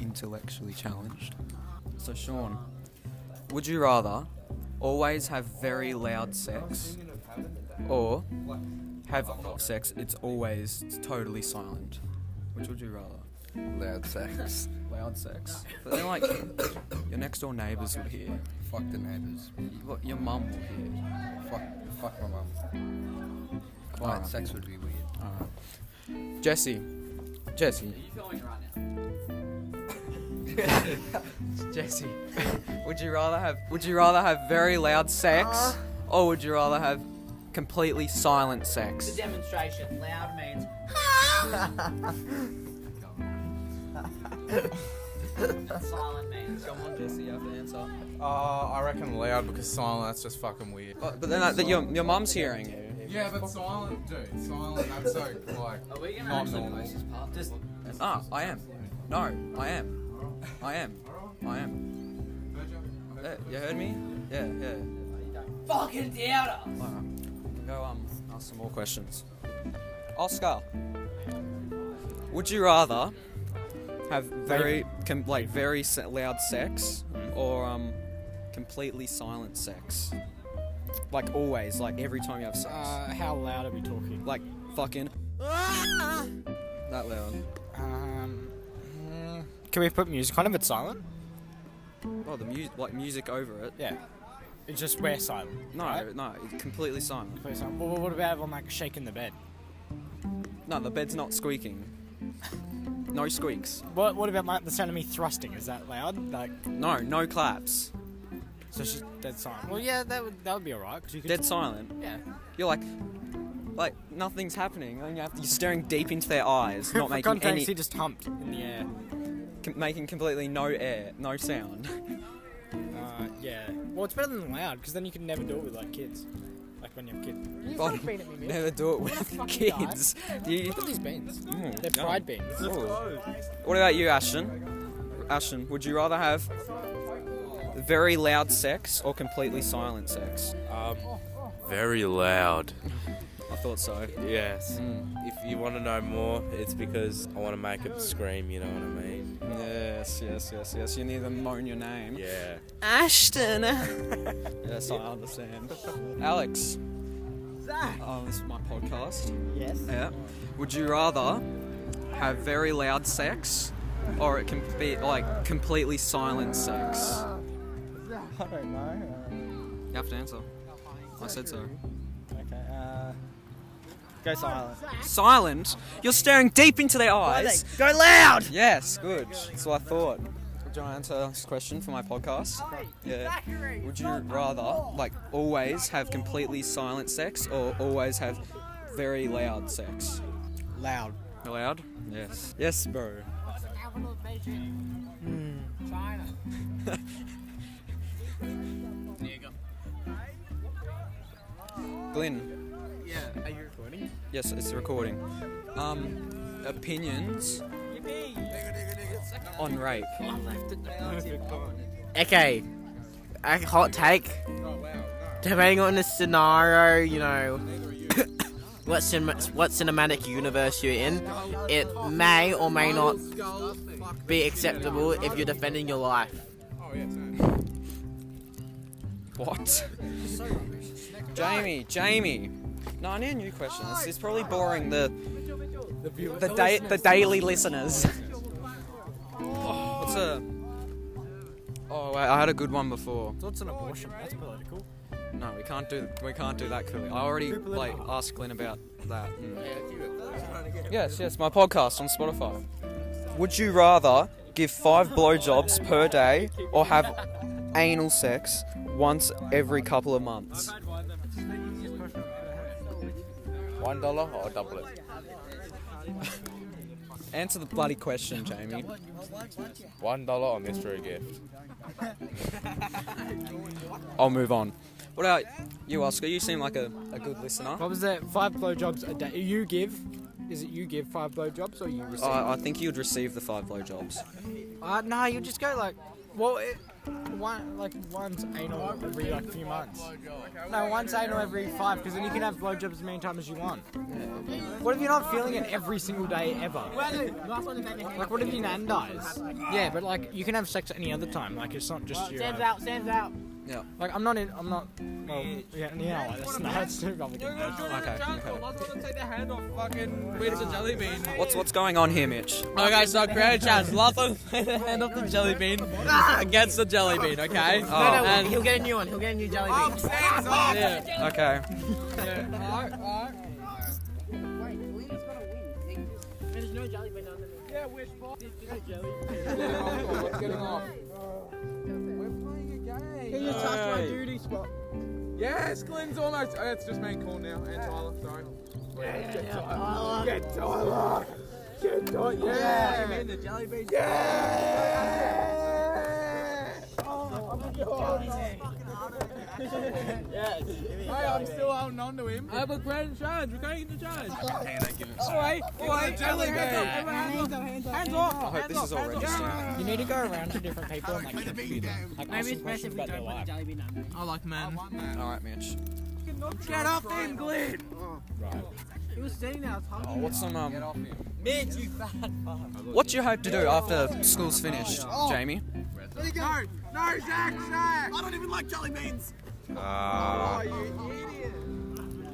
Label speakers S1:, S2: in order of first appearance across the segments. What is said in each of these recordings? S1: intellectually challenged. So, Sean, would you rather always have very loud sex or have sex it's always totally silent? Which would you rather?
S2: Loud sex.
S1: Loud sex. But then, like, your next door neighbours would hear.
S2: Fuck the neighbours.
S1: Your- Your mum will hear.
S2: Fuck, fuck my mum. Quiet
S1: Alright.
S2: sex would be weird.
S1: Jesse. Jesse. Jesse. would you rather have would you rather have very loud sex or would you rather have completely silent
S3: The
S1: sex?
S3: demonstration. Loud means. silent means.
S1: Come on, Jesse, you have to answer.
S4: Uh, I reckon loud because silent, that's just fucking weird.
S1: But, but then that, that your your mum's hearing you.
S4: Yeah, but silent, dude, silent, that's so, like,
S3: Are we gonna
S4: Not
S3: actually
S4: normal.
S3: post this part? Just
S1: Ah, I am. No, I am. I am. I am. Yeah, you heard me? Yeah, yeah.
S3: fucking doubt us.
S1: Alright. Go um ask some more questions. Oscar. Would you rather have very com- like very se- loud sex or um completely silent sex? Like always, like every time you have sex.
S5: Uh, how loud are we talking?
S1: like fucking that loud.
S5: Um, mm, can we put music on if it's silent?
S1: Oh, the music like music over it.
S5: Yeah. It's just we're silent.
S1: No,
S5: right?
S1: no, it's completely silent.
S5: We're silent. Well, what about if I'm like shaking the bed?
S1: No, the bed's not squeaking. No squeaks.
S5: What What about like the sound of me thrusting? Is that loud? Like,
S1: No, no claps.
S5: so she's dead silent. Well, yeah, that would that would be alright because you could.
S1: Dead silent.
S5: yeah.
S1: You're like, like nothing's happening. And you have to, you're staring deep into their eyes, not
S5: For
S1: making
S5: context,
S1: any,
S5: he just humped in the air.
S1: com- making completely no air, no sound.
S5: Uh, yeah. Well, it's better than loud because then you can never do it with like kids. Like when you have kids. You
S1: Well,
S5: can't bean at me, man.
S1: Never do it with
S5: fucking die.
S1: kids. Do you-
S5: What are these beans?
S1: Mm,
S5: They're
S1: yum.
S5: fried beans.
S1: Ooh. What about you, Ashton? Ashton, would you rather have very loud sex or completely silent sex?
S6: Very loud.
S1: I thought so.
S6: Yes.
S2: Mm.
S6: If you want to know more, it's because I want to make it scream, you know what I mean?
S1: Yes, yes, yes, yes. You need to moan your name.
S6: Yeah.
S1: Ashton. yes, I understand. Alex. Oh, this is my podcast.
S3: Yes.
S1: Yeah. Would you rather have very loud sex or it can be like completely silent sex?
S5: I don't know.
S1: You have to answer. I said so.
S5: Okay, uh, go silent.
S1: Silent? You're staring deep into their eyes.
S5: Go loud!
S1: Yes, good. That's what I thought. Do you want to answer this question for my podcast? Yeah. Would you rather, like, always have completely silent sex or always have very loud sex?
S5: Loud.
S1: Loud? Yes. Yes, bro. Glenn.
S3: Yeah. Are you recording?
S1: Yes, it's recording. Um, opinions on rape.
S3: I left it.
S7: Okay, a hot take. Depending on the scenario, you know, what, cin- what cinematic universe you're in, it may or may not be acceptable if you're defending your life.
S1: What? Jamie, Jamie. No, I need a new question. This is probably boring the the da- the daily listeners. Oh, what's a? Oh wait, I had a good one before.
S5: What's an abortion? That's political.
S1: No, we can't do we can't do that. Clearly, I already like asked Glenn about that. Mm. Yes, yes, my podcast on Spotify. Would you rather give five blowjobs per day or have anal sex once every couple of months?
S2: One dollar or double it?
S1: Answer the bloody question, Jamie.
S2: One dollar or mystery gift?
S1: I'll move on. What about you, Oscar? You seem like a, a good listener.
S5: What was that? Five blowjobs a day. You give. Is it you give five blowjobs or you receive?
S1: I, I think you'd receive the five blowjobs.
S5: Uh, no, you just go like. Well, it, one like once anal every like few months. No, once anal every five, because then you can have blowjobs as many times as you want. What if you're not feeling it every single day ever? Like what if your nan dies? Yeah, but like you can have sex any other time. Like it's not just your. own.
S3: out, stands out.
S5: Like I'm not in. I'm not. Well, yeah, yeah. Like, that's, no, that's too complicated.
S1: Okay, okay.
S3: take the hand off fucking Pizza Jelly Bean.
S1: What's what's going on here, Mitch?
S3: Okay, so create a challenge. Lotho take the hand off the jelly bean against the jelly bean, okay?
S1: Oh.
S7: No, no,
S3: And-
S7: Um, he'll get a new one. He'll get a new jelly bean.
S3: Yeah.
S1: Okay.
S4: Yes, Glenn's almost. Oh, it's just me and Cool now. And Tyler, sorry. Get Tyler. Get Tyler. Get Tyler. Yeah. Man, the jelly bean. Yeah. Oh, my God. Hey, I'm still holding on to him.
S3: I have a grand challenge. We're going to the challenge.
S4: jelly bean.
S3: Hands off.
S1: I hope this is all registered.
S5: You need to go around to different people and like interview them. Like ask them questions about their life.
S3: I like man.
S1: All right, Mitch.
S3: Get off him, Glenn.
S5: Right.
S3: He was sitting there. I was hugging
S1: Oh, what's some um?
S3: Mitch, you fat
S1: What do you hope to do
S3: Oh.
S1: after school's finished, Jamie?
S2: Uh,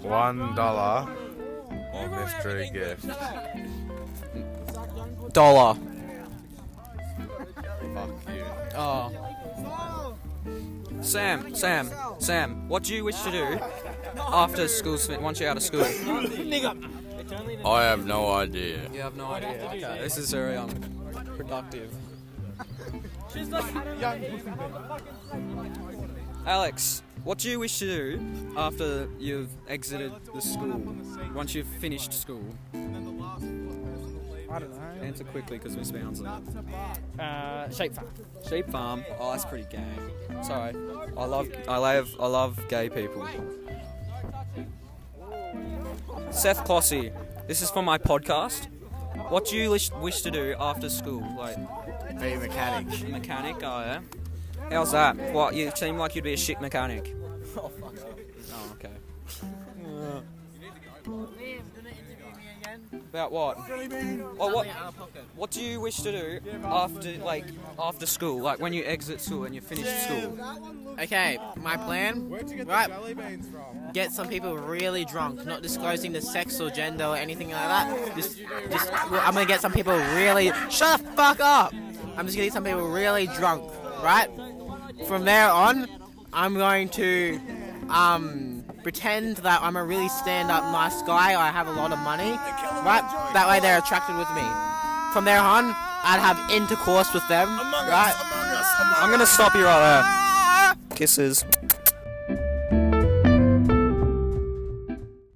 S2: one dollar or mystery gift.
S1: Dollar.
S2: Fuck you.
S1: Oh. Sam, Sam, Sam. What do you wish to do after school's fin- once you're out of school?
S8: I have no idea.
S1: You have no idea. Okay, this is very um productive. Alex, what do you wish to do after you've exited the school? Once you've finished school?
S5: I don't know.
S1: Answer quickly because Miss Bounds on it.
S5: Uh, shape farm.
S1: Sheep farm. Oh, that's pretty gay. Sorry. I love, I love, I love gay people. Seth Clossy, this is for my podcast. What do you wish, wish to do after school? Like
S7: Be a mechanic.
S1: mechanic? Oh yeah. How's that? What? You seem like you'd be a shit mechanic. Oh okay. About what? Or what? What do you wish to do after, like, after school? Like when you exit school and you finish school?
S7: Okay, my plan.
S4: Where'd you get
S7: Right.
S4: the jelly beans from?
S7: Get some people really drunk, not disclosing the sex or gender or anything like that. Just, just well, I'm gonna get some people really. Shut the fuck up! I'm just gonna get some people really drunk, right? From there on, I'm going to um, pretend that I'm a really stand-up nice guy. I have a lot of money, right? That way they're attracted with me. From there on, I'd have intercourse with them, right?
S1: I'm gonna stop you right there. Kisses.